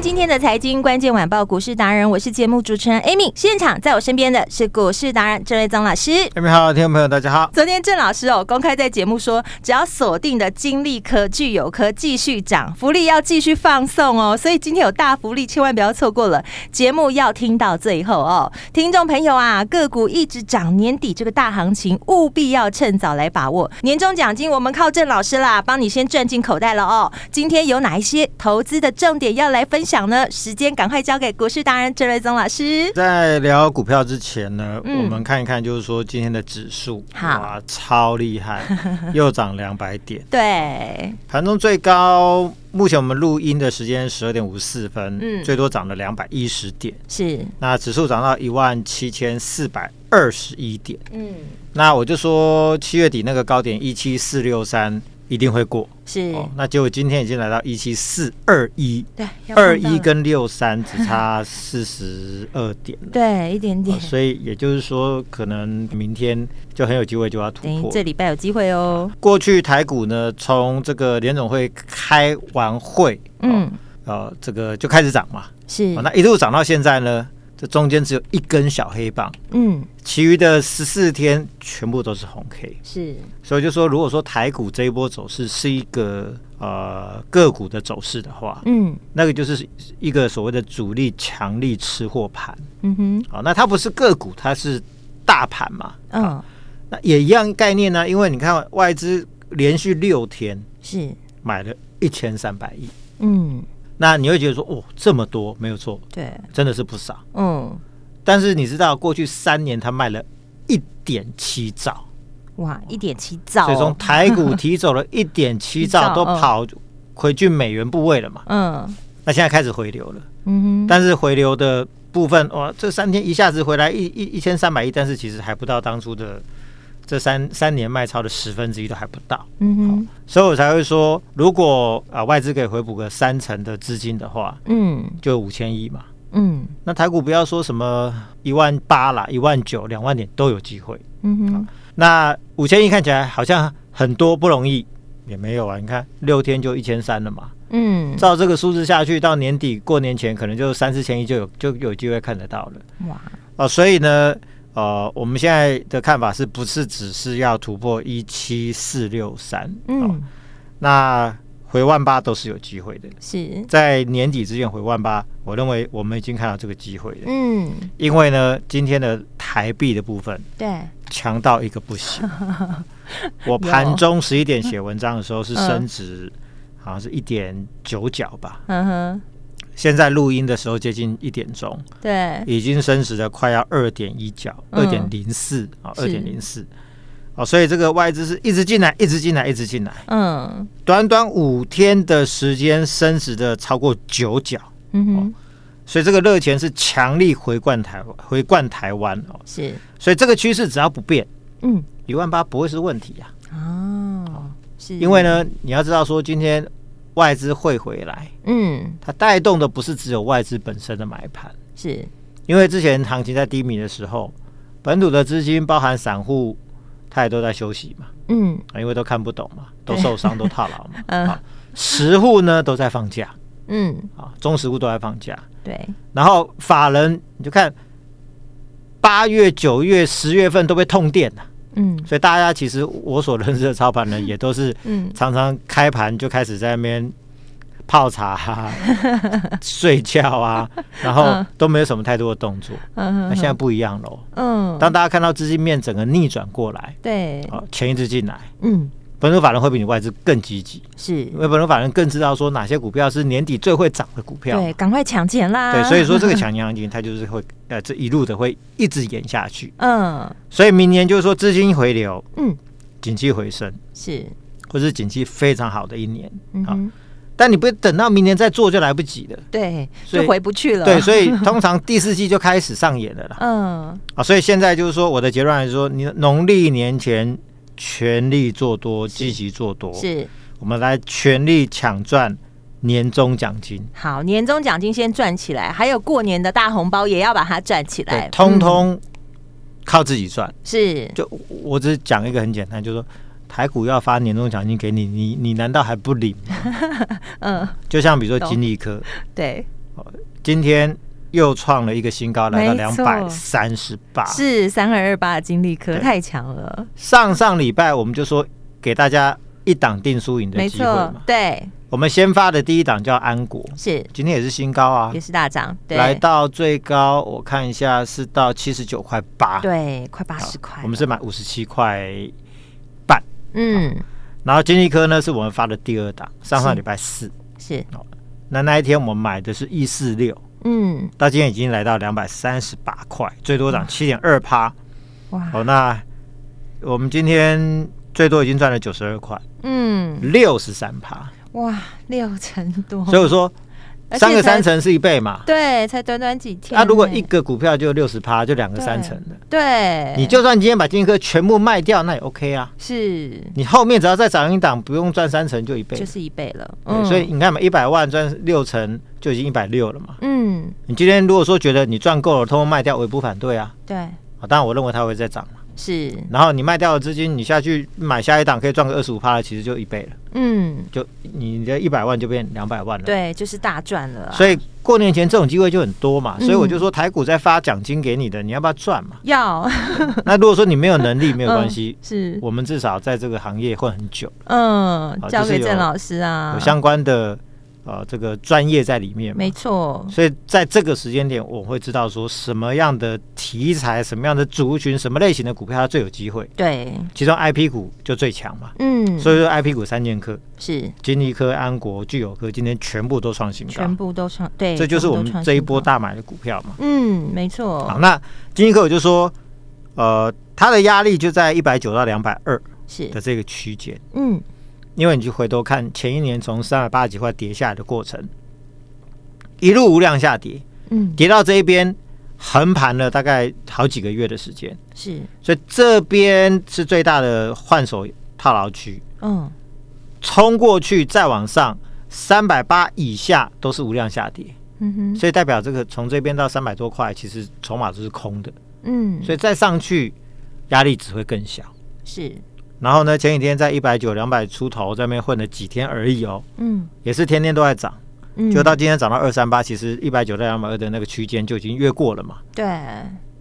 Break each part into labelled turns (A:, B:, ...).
A: 今天的财经关键晚报股市达人，我是节目主持人 Amy。现场在我身边的是股市达人郑瑞宗老师。
B: 各位哎好，听众朋友大家好。
A: 昨天郑老师哦，公开在节目说，只要锁定的金利科、具有科继续涨，福利要继续放送哦。所以今天有大福利，千万不要错过了。节目要听到最后哦，听众朋友啊，个股一直涨，年底这个大行情务必要趁早来把握。年终奖金我们靠郑老师啦，帮你先赚进口袋了哦。今天有哪一些投资的重点要来分享呢？时间赶快交给股市达人郑瑞宗老师。
B: 在聊股票之前呢，
A: 嗯
B: 我们看一看，就是说今天的指数，
A: 好，
B: 超 厉害，又涨两百点，
A: 对，
B: 盘中最高。目前我们录音的时间十二点五十四分，
A: 嗯
B: 最多涨了两百一十点，
A: 是，
B: 那指数涨到一万七千四百二十一点。
A: 嗯，
B: 那我就说七月底那个高点一七四六三一定会过，
A: 是，
B: 哦，那结果今天已经来到一七四二一，
A: 对，要
B: 二
A: 碰到
B: 一
A: 了
B: 跟六三只差四十二点了。
A: 对一点点
B: 哦，所以也就是说，可能明天就很有机会就要突
A: 等于
B: 破。
A: 这礼拜有机会哦。
B: 过去台股呢，从这个联总会开完会，哦，
A: 嗯，
B: 呃，这个就开始涨嘛、
A: 是
B: 哦，，那一路涨到现在呢，这中间只有一根小黑棒，
A: 嗯，
B: 其余的十四天全部都是红 K。
A: 是，
B: 所以就说，如果说台股这一波走势是一个呃个股的走势的话，
A: 嗯
B: 那个就是一个所谓的主力强力吃货盘。
A: 嗯哼，
B: 好、那它不是个股，它是大盘嘛。
A: 嗯、
B: 那也一样概念啊呢、因为你看外资连续六天
A: 是，
B: 买了一千三百亿，
A: 嗯，
B: 那你会觉得说，哦，这么多，没有错，
A: 对，
B: 真的是不少。
A: 嗯，
B: 但是你知道，过去三年它卖了一点七兆，
A: 哇，一点七兆、
B: 所以从
A: 哦，
B: 台股提走 了一点七兆，
A: 兆
B: 嗯都跑回去美元部位了嘛。
A: 嗯
B: 那现在开始回流了，
A: 嗯哼，
B: 但是回流的部分，哇，这三天一下子回来一一一千三百亿，但是其实还不到当初的这三三年卖超的十分之一都还不到。
A: 嗯哼，
B: 所以我才会说，如果啊、外资可以回补个三成的资金的话，
A: 嗯
B: 就五千亿嘛。
A: 嗯
B: 那台股不要说什么一万八啦、一万九、两万点都有机会。
A: 嗯哼，
B: 那五千亿看起来好像很多不容易，也没有啊。你看六天就一千三了嘛，
A: 嗯，
B: 照这个数字下去，到年底过年前可能就三四千亿就有就有机会看得到了
A: 哇，
B: 哦、所以呢，呃，我们现在的看法是不是只是要突破一七四六三？哦
A: 嗯，
B: 那回万八都是有机会的，
A: 是，
B: 在年底之前回万八，我认为我们已经看到这个机会了。
A: 嗯，
B: 因为呢，今天的台币的部分
A: 对，
B: 强到一个 不行。我盘中十一点写文章的时候
A: 嗯
B: 是升值，好像是一点九角吧。
A: 嗯哼，
B: 现在录音的时候接近一点钟，
A: 对，
B: 已经升值了快要二点一角，二
A: 哎嗯
B: 点零四啊，二
A: 是
B: 点零四。哦，所以这个外资是一直进来，一直进来，一直进来。
A: 嗯
B: 短短五天的时间，升值的超过九角，
A: 嗯哼，
B: 所以这个热钱是强力回灌台回灌台湾哦。
A: 是，
B: 所以这个趋势只要不变，
A: 嗯
B: 一万八不会是问题啊。
A: 哦，是，
B: 因为，呢，你要知道说，今天外资会回来，
A: 嗯，
B: 它带动的不是只有外资本身的买盘，
A: 是，
B: 因为之前行情在低迷的时候，本土的资金包含散户，它也都在休息嘛，
A: 嗯
B: 啊因为都看不懂嘛，都受伤，都套牢 嘛。
A: 嗯
B: 啊，实户呢都在放假
A: 嗯，
B: 啊，中实户都在放假，
A: 对，
B: 然后法人你就看八月、九月、十月份都被痛电了，
A: 嗯
B: 所以大家其实我所认识的操盘人也都是
A: 嗯，
B: 常常开盘就开始在那边泡茶、 啊、睡觉啊，然后
A: 嗯
B: 都没有什么太多的动作。那
A: 嗯
B: 现在不一样喽，
A: 嗯，
B: 当大家看到资金面整个逆转过来，哦
A: 对，
B: 啊，钱一直进来，
A: 嗯
B: 本土法人会比你外资更积极，
A: 是
B: 因，为本土法人更知道说哪些股票是年底最会涨的股票。
A: 对，赶快抢钱啦！
B: 对，所以 说这个强强行情，它就是会呃这一路的会一直演下去。
A: 嗯
B: 所以明年就是说资金回流，
A: 嗯，
B: 景气回升，
A: 是，
B: 或是景气非常好的一年
A: 嗯
B: 啊。
A: 哼，
B: 但你不等到明年再做就来不及了。
A: 对，
B: 所以
A: 就回不去了。
B: 对， 所以通常第四季就开始上演了啦。
A: 嗯，
B: 啊，所以现在就是说，我的结论来说，你农历年前全力做多，积极做多，
A: 是
B: 我们来全力抢赚年终奖金。
A: 好，年终奖金先赚起来，还有过年的大红包也要把它赚起来
B: 对，，通
A: 嗯
B: 通靠自己赚。
A: 是
B: 就我我只是讲一个很简单，就是说台股要发年终奖金给你，你你难道还不领吗？
A: 嗯，
B: 就像比如说
A: 懂
B: 金利科，
A: 对，
B: 今天又创了一个新高，来到
A: 没
B: 两
A: 错
B: 百三十八。
A: 是三二二八的金利科
B: 啊对
A: 太强了，
B: 上上礼拜我们就说给大家一档定输赢的
A: 没
B: 机会嘛
A: 错，，对，
B: 我们先发的第一档叫安国，
A: 是
B: 今天也是新高啊
A: 也，是大涨，对，
B: 来到最高我看一下是到七十九块八，
A: 对，快八十块了，
B: 我们是买五十七块。
A: 嗯
B: 然后金利科呢是我们发的第二档，上上
A: 是
B: 礼拜四，
A: 是
B: 那那一天我们买的是一四六，
A: 嗯
B: 到今天已经来到两百三十八块，最多涨七点二趴。
A: 哇
B: 哦，那我们今天最多已经赚了九十二块，
A: 嗯
B: 六十三趴。
A: 哇六成多，
B: 所以我说
A: 而且
B: 三个三
A: 才
B: 成是一倍嘛。
A: 对，才短短几天呢，
B: 那、如果一个股票就六十趴，就两个
A: 对
B: 三成的，
A: 对，
B: 你就算今天把金科全部卖掉，那也 OK 啊。
A: 是
B: 你后面只要再涨一档，不用赚三成就一倍了。
A: 就是嗯一倍了，
B: 对所以你看嘛，一百万赚六成就已经一百六了嘛。
A: 嗯
B: 你今天如果说觉得你赚够了，通通卖掉，我也不反对啊。
A: 对
B: 啊，当然我认为它会再涨嘛。
A: 是
B: 然后你卖掉的资金，你下去买下一档可以赚个二十五趴，其实就一倍了，
A: 嗯
B: 就你的一百万就变两百万了。
A: 对，就是大赚了啊，
B: 所以过年前这种机会就很多嘛，
A: 嗯
B: 所以我就说台股在发奖金给你的，你要不要赚 嘛？
A: 要嗯
B: 那如果说你没有能 力，没有关系，
A: 是
B: 我们至少在这个行业混很久，
A: 嗯
B: 好，
A: 交
B: 就是
A: 给郑
B: 有
A: 老师啊
B: 有，相关的呃这个专业在里面嘛
A: 没。错，
B: 所以在这个时间点，我会知道说什么样的题材、什么样的族群、什么类型的股票它最有机会，
A: 对，
B: 其中 I P 股就最强嘛。
A: 嗯，
B: 所以说 I P 股三剑客，
A: 是
B: 金利科、安国、聚友科今天全部都创新高
A: 全，部都创对，
B: 这就是
A: 全部
B: 我
A: 都
B: 们
A: 创
B: 这一
A: 新
B: 波
A: 高，
B: 大买的股票嘛。
A: 嗯，没
B: 好，
A: 错，
B: 那金立科我就说，呃，它的压力就在一百九到两百二
A: 是
B: 的这个区间，
A: 嗯
B: 因为你去回头看前一年从三百八十几块跌下来的过程，一路无量下跌，
A: 嗯
B: 跌到这一边横盘了大概好几个月的时间，
A: 是
B: 所以这边是最大的换手套牢区，
A: 嗯
B: 冲过去再往上。三百八以下都是无量下跌，
A: 嗯哼
B: 所以代表这个从这边到三百多块，其实筹码都是空的，
A: 嗯，
B: 所以再上去压力只会更小。
A: 是
B: 然后呢，前几天在一百九、两百出头在那边混了几天而已哦，
A: 嗯
B: 也是天天都在涨，
A: 嗯，
B: 就到今天涨到二三八，其实一百九到两百二的那个区间就已经越过了嘛。
A: 对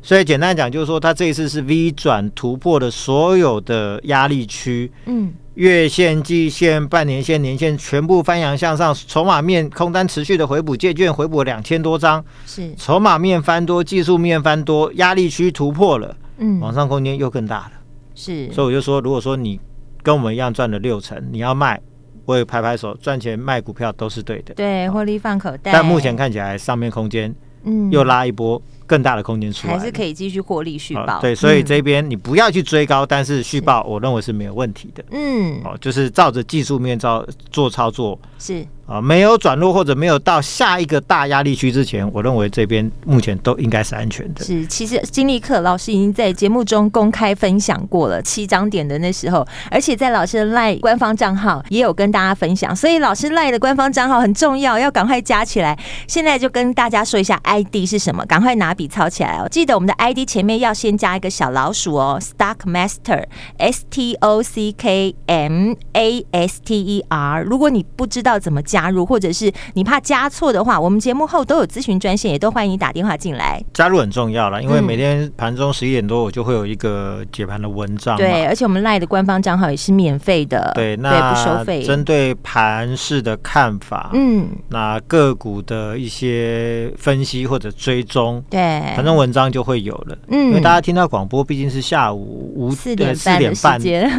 B: 所以简单讲就是说，它这一次是 V 转突破了所有的压力区，
A: 嗯
B: 月线、季线、半年线、年线全部翻扬向上，筹码面空单持续的回补，借券回补两千多张，
A: 是
B: 筹码面翻多，技术面翻多，压力区突破了，
A: 嗯
B: 往上空间又更大了。
A: 是
B: 所以我就说，如果说你跟我们一样赚了六成，你要卖，我也拍拍手，赚钱卖股票都是对的。哦
A: 对获利放口袋，
B: 但目前看起来上面空间
A: 嗯
B: 又拉一波更大的空间出来
A: 还
B: 了，
A: 是可以继续获利续
B: 好
A: 报，
B: 对，所以
A: 嗯
B: 这边你不要去追高，但是续报我认为是没有问题的。
A: 嗯
B: 哦，就是照着技术面照做操作
A: 是
B: 啊，没有转弱或者没有到下一个大压力区之前，我认为这边目前都应该是安全的。
A: 是，其实金立克老师已经在节目中公开分享过了七张点的那时候，而且在老师的赖官方账号也有跟大家分享，所以老师赖的官方账号很重要，要赶快加起来。现在就跟大家说一下 ID 是什么，赶快拿笔抄起来哦。记得我们的 ID 前面要先加一个小老鼠哦，Stock Master S T O C K M A S T E R。如果你不知道怎么加，加入，或者是你怕加错的话，我们节目后都有咨询专线，也都欢迎你打电话进来。
B: 加入很重要了，因为
A: 嗯
B: 每天盘中十一点多我就会有一个解盘的文章嘛。
A: 对，而且我们赖的官方账号也是免费的，
B: 对，
A: 对，不收
B: 那啊
A: 费。
B: 针对盘市的看法，
A: 嗯，
B: 那个股的一些分析或者追踪，
A: 对，
B: 反正文章就会有了。因为
A: 嗯
B: 大家听到广播毕竟是下午五
A: 四
B: 呃
A: 点
B: 四
A: 半的
B: 点
A: 时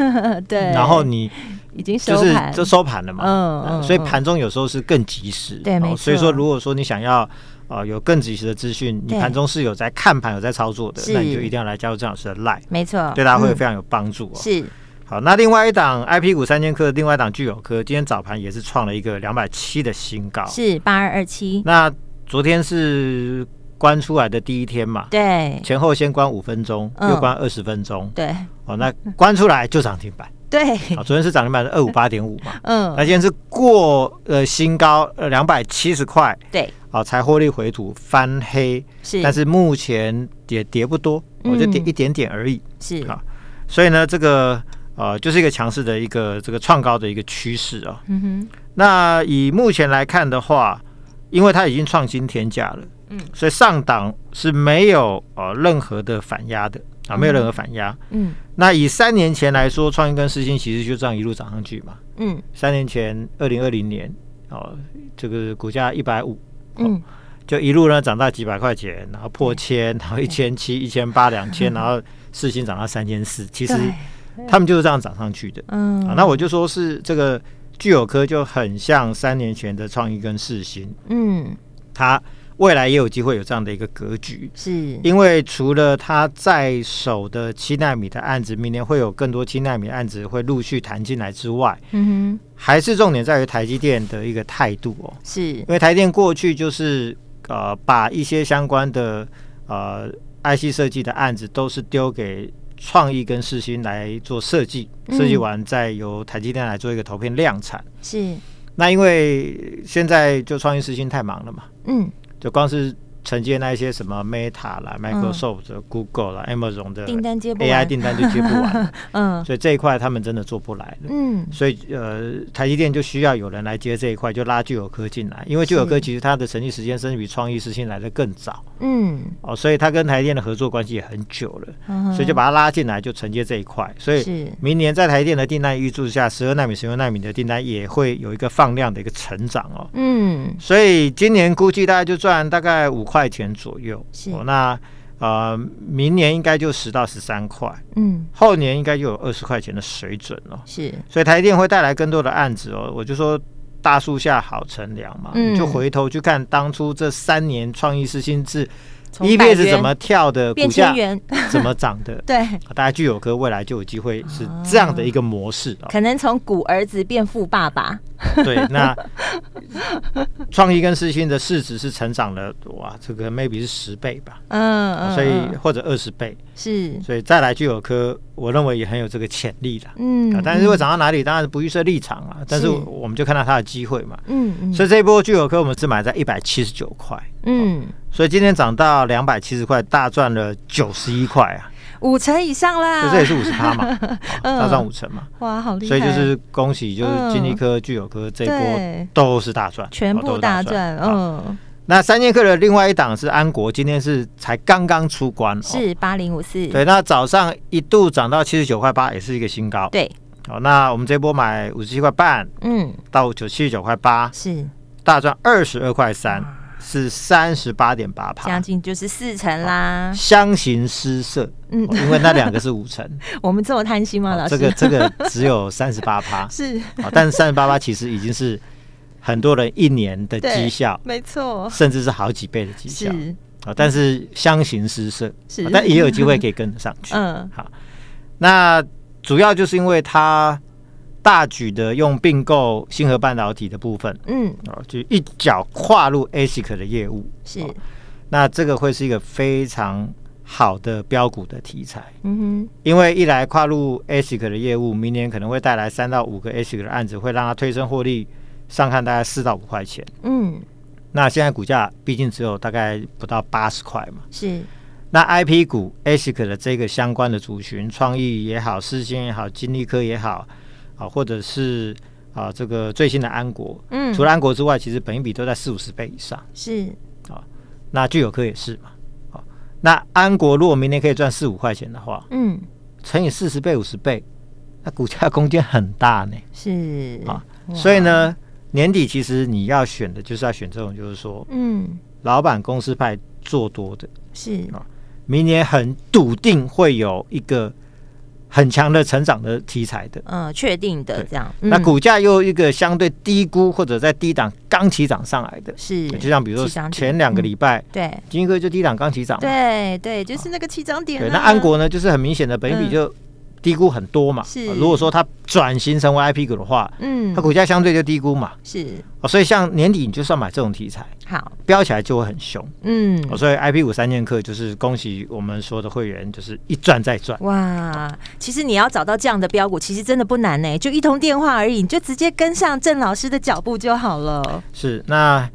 A: 间， 对，
B: 然后你
A: 已经收
B: 就是
A: 盘，
B: 就收盘了嘛，
A: 嗯
B: 呃
A: 嗯
B: 所以
A: 嗯
B: 盘中有时候是更及时，呃
A: 对没
B: 所以
A: 错
B: 说，如果说你想要呃有更及时的资讯，你
A: 对
B: 盘中是有在看盘有在操作的，
A: 是
B: 那你就一定要来加入郑老师的 line，
A: 没错，
B: 对大家会
A: 嗯
B: 非常有帮助哦。
A: 是
B: 好，那另外一档 I P 股三剑客，另外一档聚友科，今天早盘也是创了一个两百七的新高，
A: 是八二二七，
B: 那昨天是关出来的第一天嘛，
A: 对
B: 前后先关五分钟，
A: 嗯
B: 又关二十分钟，
A: 对
B: 哦，那关出来就涨停板。
A: 对，
B: 好，哎昨天是涨停板的二五八点五嘛，
A: 嗯
B: 那，今天是过呃新高呃两百七十块，
A: 对，
B: 好、才获利回吐翻黑，
A: 是，
B: 但是目前也跌不多，我、就跌
A: 嗯
B: 一点点而已，
A: 是
B: 好所以呢，这个呃就是一个强势的一个这个创高的一个趋势啊。
A: 嗯哼，
B: 那以目前来看的话，因为它已经创新天价了，
A: 嗯，
B: 所以上档是没有呃任何的反压的啊，没有任何反压。
A: 嗯
B: 那以三年前来说，创意跟世新其实就这样一路涨上去嘛。
A: 嗯
B: 三年前，二零二零年，哦，这个股价一百五，哦
A: 嗯，
B: 就一路呢涨到几百块钱，然后破千，然后一千七、一千八、两千，然后四星涨到三千四。其实
A: 对
B: 他们就是这样涨上去的。
A: 嗯
B: 啊，那我就说是这个聚友科就很像三年前的创意跟世新，
A: 嗯
B: 它未来也有机会有这样的一个格局。
A: 是
B: 因为除了它在手的七纳米的案子，明年会有更多七纳米案子会陆续谈进来之外，
A: 嗯哼
B: 还是重点在于台积电的一个态度哦。
A: 是
B: 因为台电过去就是呃把一些相关的呃 IC 设计的案子都是丢给创意跟世新来做设计，
A: 嗯
B: 设计完再由台积电来做一个投片量产。
A: 是
B: 那因为现在就创意世新太忙了嘛，
A: 嗯
B: 就光是承接那一些什么 Meta 啦、Microsoft 啦、Google 啦、Amazon 的
A: 订单接不
B: AI
A: 完，
B: 订单就接不完了，
A: 嗯
B: 所以这一块他们真的做不来了。
A: 嗯
B: 所以呃，台积电就需要有人来接这一块，就拉聚友科进来，因为聚友科
A: 是
B: 其实它的成立时间甚至比创意实现来的更早
A: 嗯
B: 哦，所以它跟台积电的合作关系也很久了，
A: 嗯，
B: 所以就把它拉进来，就承接这一块。所以
A: 是
B: 明年在台积电的订单预注下，十二纳米、十六纳米的订单也会有一个放量的一个成长哦。
A: 嗯
B: 所以今年估计大概就赚大概五块钱左右，
A: 是
B: 哦，那呃，明年应该就十到十三块，
A: 嗯
B: 后年应该就有二十块钱的水准哦。
A: 是
B: 所以台积电会带来更多的案子哦。我就说大树下好乘凉嘛，
A: 嗯
B: 你就回头去看当初这三年创意是新制
A: 从百
B: EPS
A: 元
B: ，E 怎么跳的，股
A: 变
B: 价
A: 千元，
B: 怎么涨的，
A: 对，
B: 大家具有科未来就有机会是这样的一个模式 啊、
A: 可能从古儿子变富爸爸，
B: 对，那创意跟世新的市值是成长了，哇，这个 maybe 是十倍吧。
A: 嗯嗯，
B: 哦所以
A: 嗯
B: 或者二十倍，
A: 是
B: 所以再来具有科，我认为也很有这个潜力的。
A: 嗯
B: 啊，但是会涨到哪里，当然不预设立场啊。但是
A: 是
B: 我们就看到它的机会嘛。
A: 嗯嗯
B: 所以这一波聚友科我们是买在一百七十九块，
A: 嗯。
B: 所以今天涨到两百七十块，大赚了九十一块啊，
A: 五成以上啦，
B: 所以这也是五十 趴嘛，啊
A: 嗯
B: 大赚五成嘛。
A: 哇，好厉害！
B: 所以就是恭喜，就是金立科、聚友科这一
A: 对
B: 波都是大赚，
A: 全
B: 哦都
A: 部
B: 是
A: 大
B: 赚
A: 赚，。
B: 啊
A: 嗯，
B: 那三剑客的另外一档是安国，今天是才刚刚出关，哦
A: 是八零五四，
B: 对。那早上一度涨到七十九块八，也是一个新高。
A: 对，
B: 好，那我们这波买五十七块半
A: 嗯，
B: 到九七十九块八，
A: 是
B: 大赚二十二块三，是三十八点八趴，
A: 将近就是四成啦。
B: 相形失色，
A: 嗯
B: 哦因为那两个是五 成，
A: 我们这么贪心吗，
B: 哦
A: 老
B: 这
A: 师？
B: 个这个只有三十八 趴，
A: 是
B: 哦但是三十八趴其实已经是很多人一年的绩效，
A: 没错，
B: 甚至是好几倍的绩效
A: 是
B: 啊、哦但是相形失色，
A: 是
B: 哦但也有机会可以跟得上 去。
A: 嗯
B: 好，那主要就是因为它大举的用并购星河半导体的部分。
A: 嗯
B: 哦，就一脚跨入 ASIC 的业务，
A: 是
B: 哦那这个会是一个非常好的标股的题材，
A: 嗯哼
B: 因为一来跨入 ASIC 的业务，明年可能会带来三到五个 ASIC 的案子，会让它推升获利上看大概四到五块钱。
A: 嗯
B: 那现在股价毕竟只有大概不到八十块嘛，
A: 是
B: 那 IP 股 ASIC 的这个相关的族群，创意也好，世新也好，金立科也好，啊，或者是啊、这个最新的安国，
A: 嗯
B: 除了安国之外，其实本益比都在四五十倍以上。
A: 是
B: 那聚友科也是嘛，啊，那安国如果明年可以赚四五块钱的话，
A: 嗯
B: 乘以四十倍五十倍，那股价空间很大呢。
A: 是
B: 啊所以呢，年底其实你要选的就是要选这种，就是说
A: 嗯
B: 老板公司派做多的，
A: 是
B: 明年很笃定会有一个很强的成长的题材的。
A: 呃确定的
B: 对
A: 这样，
B: 那
A: 嗯
B: 股价又一个相对低估或者在低档刚起涨上来的，
A: 是
B: 就像比如
A: 起涨
B: 说
A: 点
B: 前两个礼拜
A: 对
B: 金科就低档刚起涨嘛，
A: 对对，就是那个起涨点
B: 对，
A: 啊。
B: 那安国呢，就是很明显的本益
A: 嗯
B: 比就低估很多嘛。
A: 是
B: 啊如果说它转型成为 IP 股的话，
A: 嗯
B: 它股价相对就低估嘛。
A: 是
B: 哦，所以像年底你就算买这种题材，
A: 好
B: 飙起来就会很凶。
A: 嗯
B: 哦，所以 IP 股三剑客就是恭喜我们所有的会员，就是一赚再赚。
A: 哇，其实你要找到这样的标股，其实真的不难呢、欸就一通电话而已，你就直接跟上郑老师的脚步就好了。
B: 是，那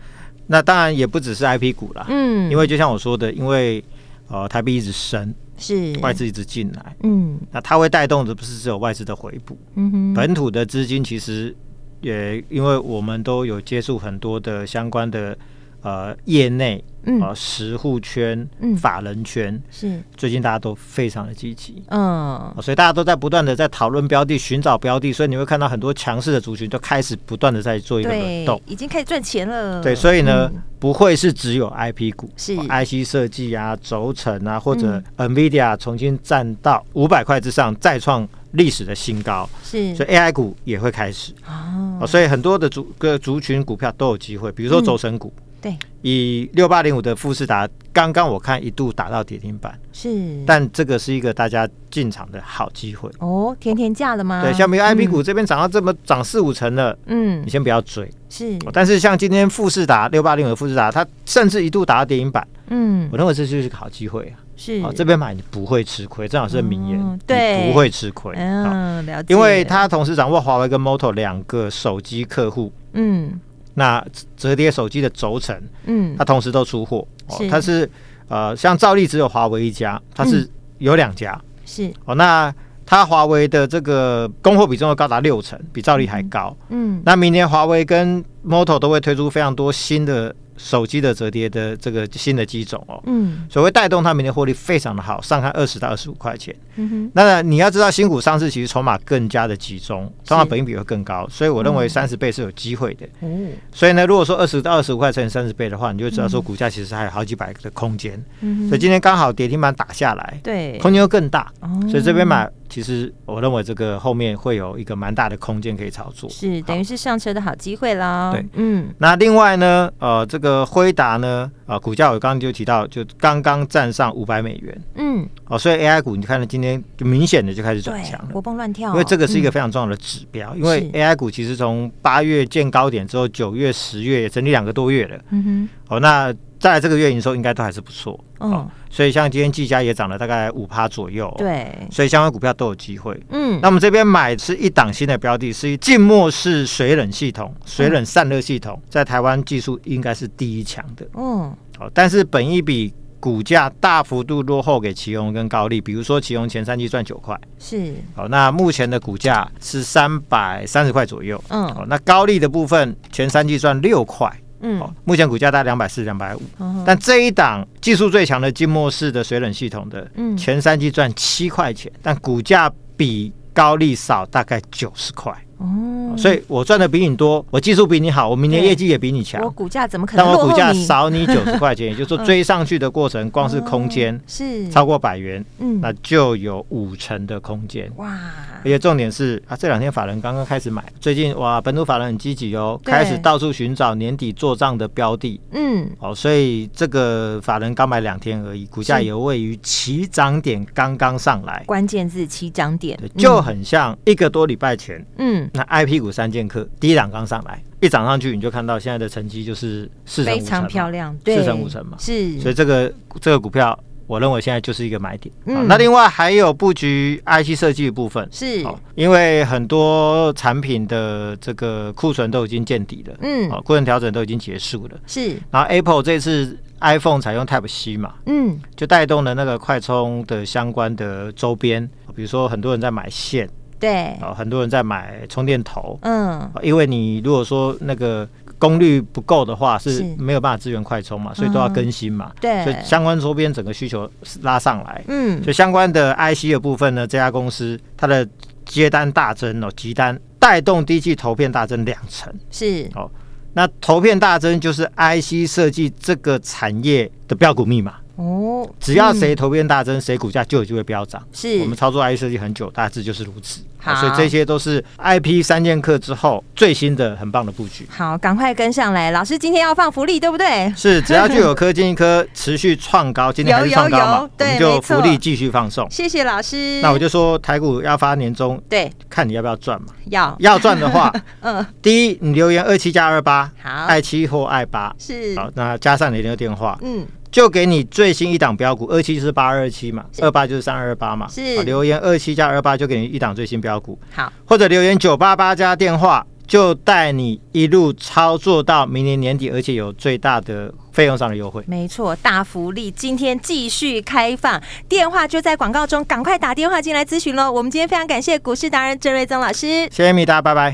B: 那当然也不只是 IP 股啦，
A: 嗯，
B: 因为就像我说的，因为呃台币一直升，
A: 是
B: 外，资一直进来，
A: 嗯
B: 那它会带动的不是只有外资的回补，
A: 嗯哼，
B: 本土的资金其实也因为我们都有接触很多的相关的呃业内
A: 嗯
B: 呃实户圈
A: 嗯、
B: 法人圈，
A: 是，
B: 最近大家都非常的积极。
A: 嗯
B: 啊所以大家都在不断的在讨论标的，寻找标的，所以你会看到很多强势的族群都开始不断的在做一个轮
A: 对
B: 动，。
A: 已经开始赚钱了。
B: 对，所以呢，
A: 嗯
B: 不会是只有 IP 股，
A: 是嗯
B: 哦 IC 设计啊、轴承啊，或者 NVIDIA 重新站到五百块之上，再创历史的新高，
A: 是
B: 所以 AI 股也会开始。
A: 哦，
B: 哦，所以很多的族各族群股票都有机会，比如说
A: 嗯
B: 轴承股，
A: 对，
B: 以六八零五的富士达，刚刚我看一度打到跌停板，
A: 是，
B: 但这个是一个大家进场的好机会。
A: 哦，甜甜价了吗？
B: 对，像比如 I P
A: 嗯
B: 股，这边涨到这么涨四五成了，
A: 嗯
B: 你，先不要追。
A: 是，
B: 哦但是像今天富士达六八零五的富士达，它甚至一度打到跌停板，
A: 嗯
B: 我认为这就是个好机会啊！
A: 是
B: 哦，，这边买你不会吃亏，郑老师的名言，
A: 哦
B: 你
A: 对
B: 不会吃亏。啊，
A: 嗯，了解，
B: 因为它同时掌握华为跟 Moto 两个手机客户，
A: 嗯
B: 那折叠手机的轴承，
A: 嗯
B: 它同时都出货。哦
A: 是嗯
B: 它是呃，像照例只有华为一家，它是有两家。
A: 是，
B: 哦，那它华为的这个供货比重又高达六成，比照例还高。
A: 嗯
B: 那明年华为跟 Moto 都会推出非常多新的手机的折叠的这个新的机种哦。
A: 嗯
B: 所以会带动它明年获利非常的好，上看二十到二十五块钱。
A: 嗯哼，
B: 那你要知道，新股上市其实筹码更加的集中，筹码本益比会更高，所以我认
A: 嗯
B: 为三十倍是有机会的。
A: 哦，
B: 所以呢，如果说二十到二十五块乘以三十倍的话，你就知道说股价其实还有好几百个的空间。
A: 嗯
B: 所以
A: 哼，
B: 今天刚好跌停板打下来，
A: 对，
B: 空间又更大，
A: 哦
B: 所以这边买，其实我认为这个后面会有一个蛮大的空间可以操作。
A: 是等于是上车的好机会啦。
B: 对，
A: 嗯，
B: 那另外呢，呃，这个辉达呢，啊、股价我刚刚就提到，就刚刚站上五百美元
A: 嗯，
B: 哦，所以 AI 股你看到今天就明显的就开始转
A: 对
B: 强，了
A: 活。蹦乱跳，
B: 因为这个是一个
A: 嗯
B: 非常重要的指标，因为
A: 是
B: AI 股其实从八月见高点之后，九月、十月也整理两个多月了。
A: 嗯
B: 哦，那在这个月营收应该都还是不错。
A: 哼，
B: 哦
A: 哦，，
B: 所以像今天技嘉也涨了大概五趴左右、，
A: 对，
B: 所以相关股票都有机会。
A: 嗯
B: 那，我们这边买是一档新的标的，是静默式水冷系统、水冷散热系统，在台湾技术应该是第一强的。
A: 哦，
B: 哦，但是本一比股价大幅度落后给奇宏跟高丽，比如说奇宏前三季赚九块，
A: 是，
B: 好，那目前的股价是三百三十块左右。
A: 嗯
B: 哦，那高利的部分前三季赚六块，哦
A: 嗯，，
B: 目前股价大概两百四、两百五。
A: 嗯
B: 但这一档技术最强的静默式的水冷系统的，
A: 嗯
B: 前三季赚七块钱，但股价比高利少大概九十块，
A: 哦
B: 所以我赚的比你多，我技术比你好，我明年
A: 对
B: 业绩也比你强
A: 我，股价怎么可
B: 但
A: 能
B: 我
A: 落
B: 股
A: 后
B: 价
A: 你？
B: 少你九十块钱，也就是说
A: 嗯
B: 追上去的过程，光是空间
A: 哦是
B: 超过百元，
A: 嗯
B: 那就有五成的空间。
A: 哇
B: 而，且重点是啊，这两天法人刚刚开始买，最近哇，本土法人很积极哦，
A: 对
B: 开始到处寻找年底做账的标的
A: 嗯，
B: 哦，所以这个法人刚买两天而已，股价
A: 是
B: 也位于起涨点刚刚上来，
A: 关键字起涨点
B: 对就很像一个多礼拜前
A: 嗯
B: 那 I P 股三剑客第一档刚上来，一涨上去你就看到现在的成绩就是四
A: 嗯
B: 成
A: 非
B: 五成
A: 常
B: 嘛
A: 漂亮，对，
B: 成五成嘛
A: 是，
B: 所以这个这个股票，我认为现在就是一个买点。
A: 嗯
B: 啊那另外还有布局 IC 设计的部分。
A: 是
B: 哦，因为很多产品的这个库存都已经见底了，
A: 嗯
B: 哦，库存调整都已经结束了。
A: 是，
B: 然后 Apple 这次 iPhone 采用 Type C 嘛，
A: 嗯
B: 就带动了那个快充的相关的周边，比如说很多人在买线，
A: 对，
B: 啊、很多人在买充电头、
A: 嗯，
B: 啊因为你如果说那个功率不够的话，是
A: 是嗯
B: 没有办法支援快充嘛，所以都要更新嘛，
A: 对
B: 所以相关周边整个需求是拉上来，
A: 嗯
B: 所，以相关的 IC 的部分呢，这家公司它的接单大增哦，集单带动低季投片大增两成。
A: 是，
B: 哦，那投片大增就是 IC 设计这个产业的标股密码，
A: 哦，
B: 只要
A: 嗯
B: 谁投片大增，谁股价就有机会飙涨。
A: 是
B: 我们操作 IC 设计很久，大致就是如此。
A: 好
B: 啊所以这些都是 IP 三剑客之后最新的很棒的布局。
A: 好，赶快跟上来。老师今天要放福利，对不对？
B: 是，只要具有科金一科持续创高，今天还是创高
A: 有有
B: 嘛
A: 有，对
B: 我们就
A: 没错
B: 福利继续放送。
A: 谢谢老师。
B: 那我就说台股要发年终，
A: 对
B: 看你要不要 赚嘛。
A: 要
B: 要赚的话，
A: 嗯
B: 第一你留言二七加二八，
A: 好
B: 爱七或爱八，
A: 是
B: 好，那加上你的联络电话，
A: 嗯
B: 就给你最新一档标股，二七是八二七嘛，二八就是三二八嘛，
A: 是
B: 好留言二七加二八就给你一档最新标股，
A: 好
B: 或者留言九八八加电话，就带你一路操作到明年年底，而且有最大的费用上的优惠。
A: 没错大福利今天继续开放，电话就在广告中，赶快打电话进来咨询喽。我们今天非常感谢股市达人郑瑞增老师。
B: 谢谢米达，拜拜。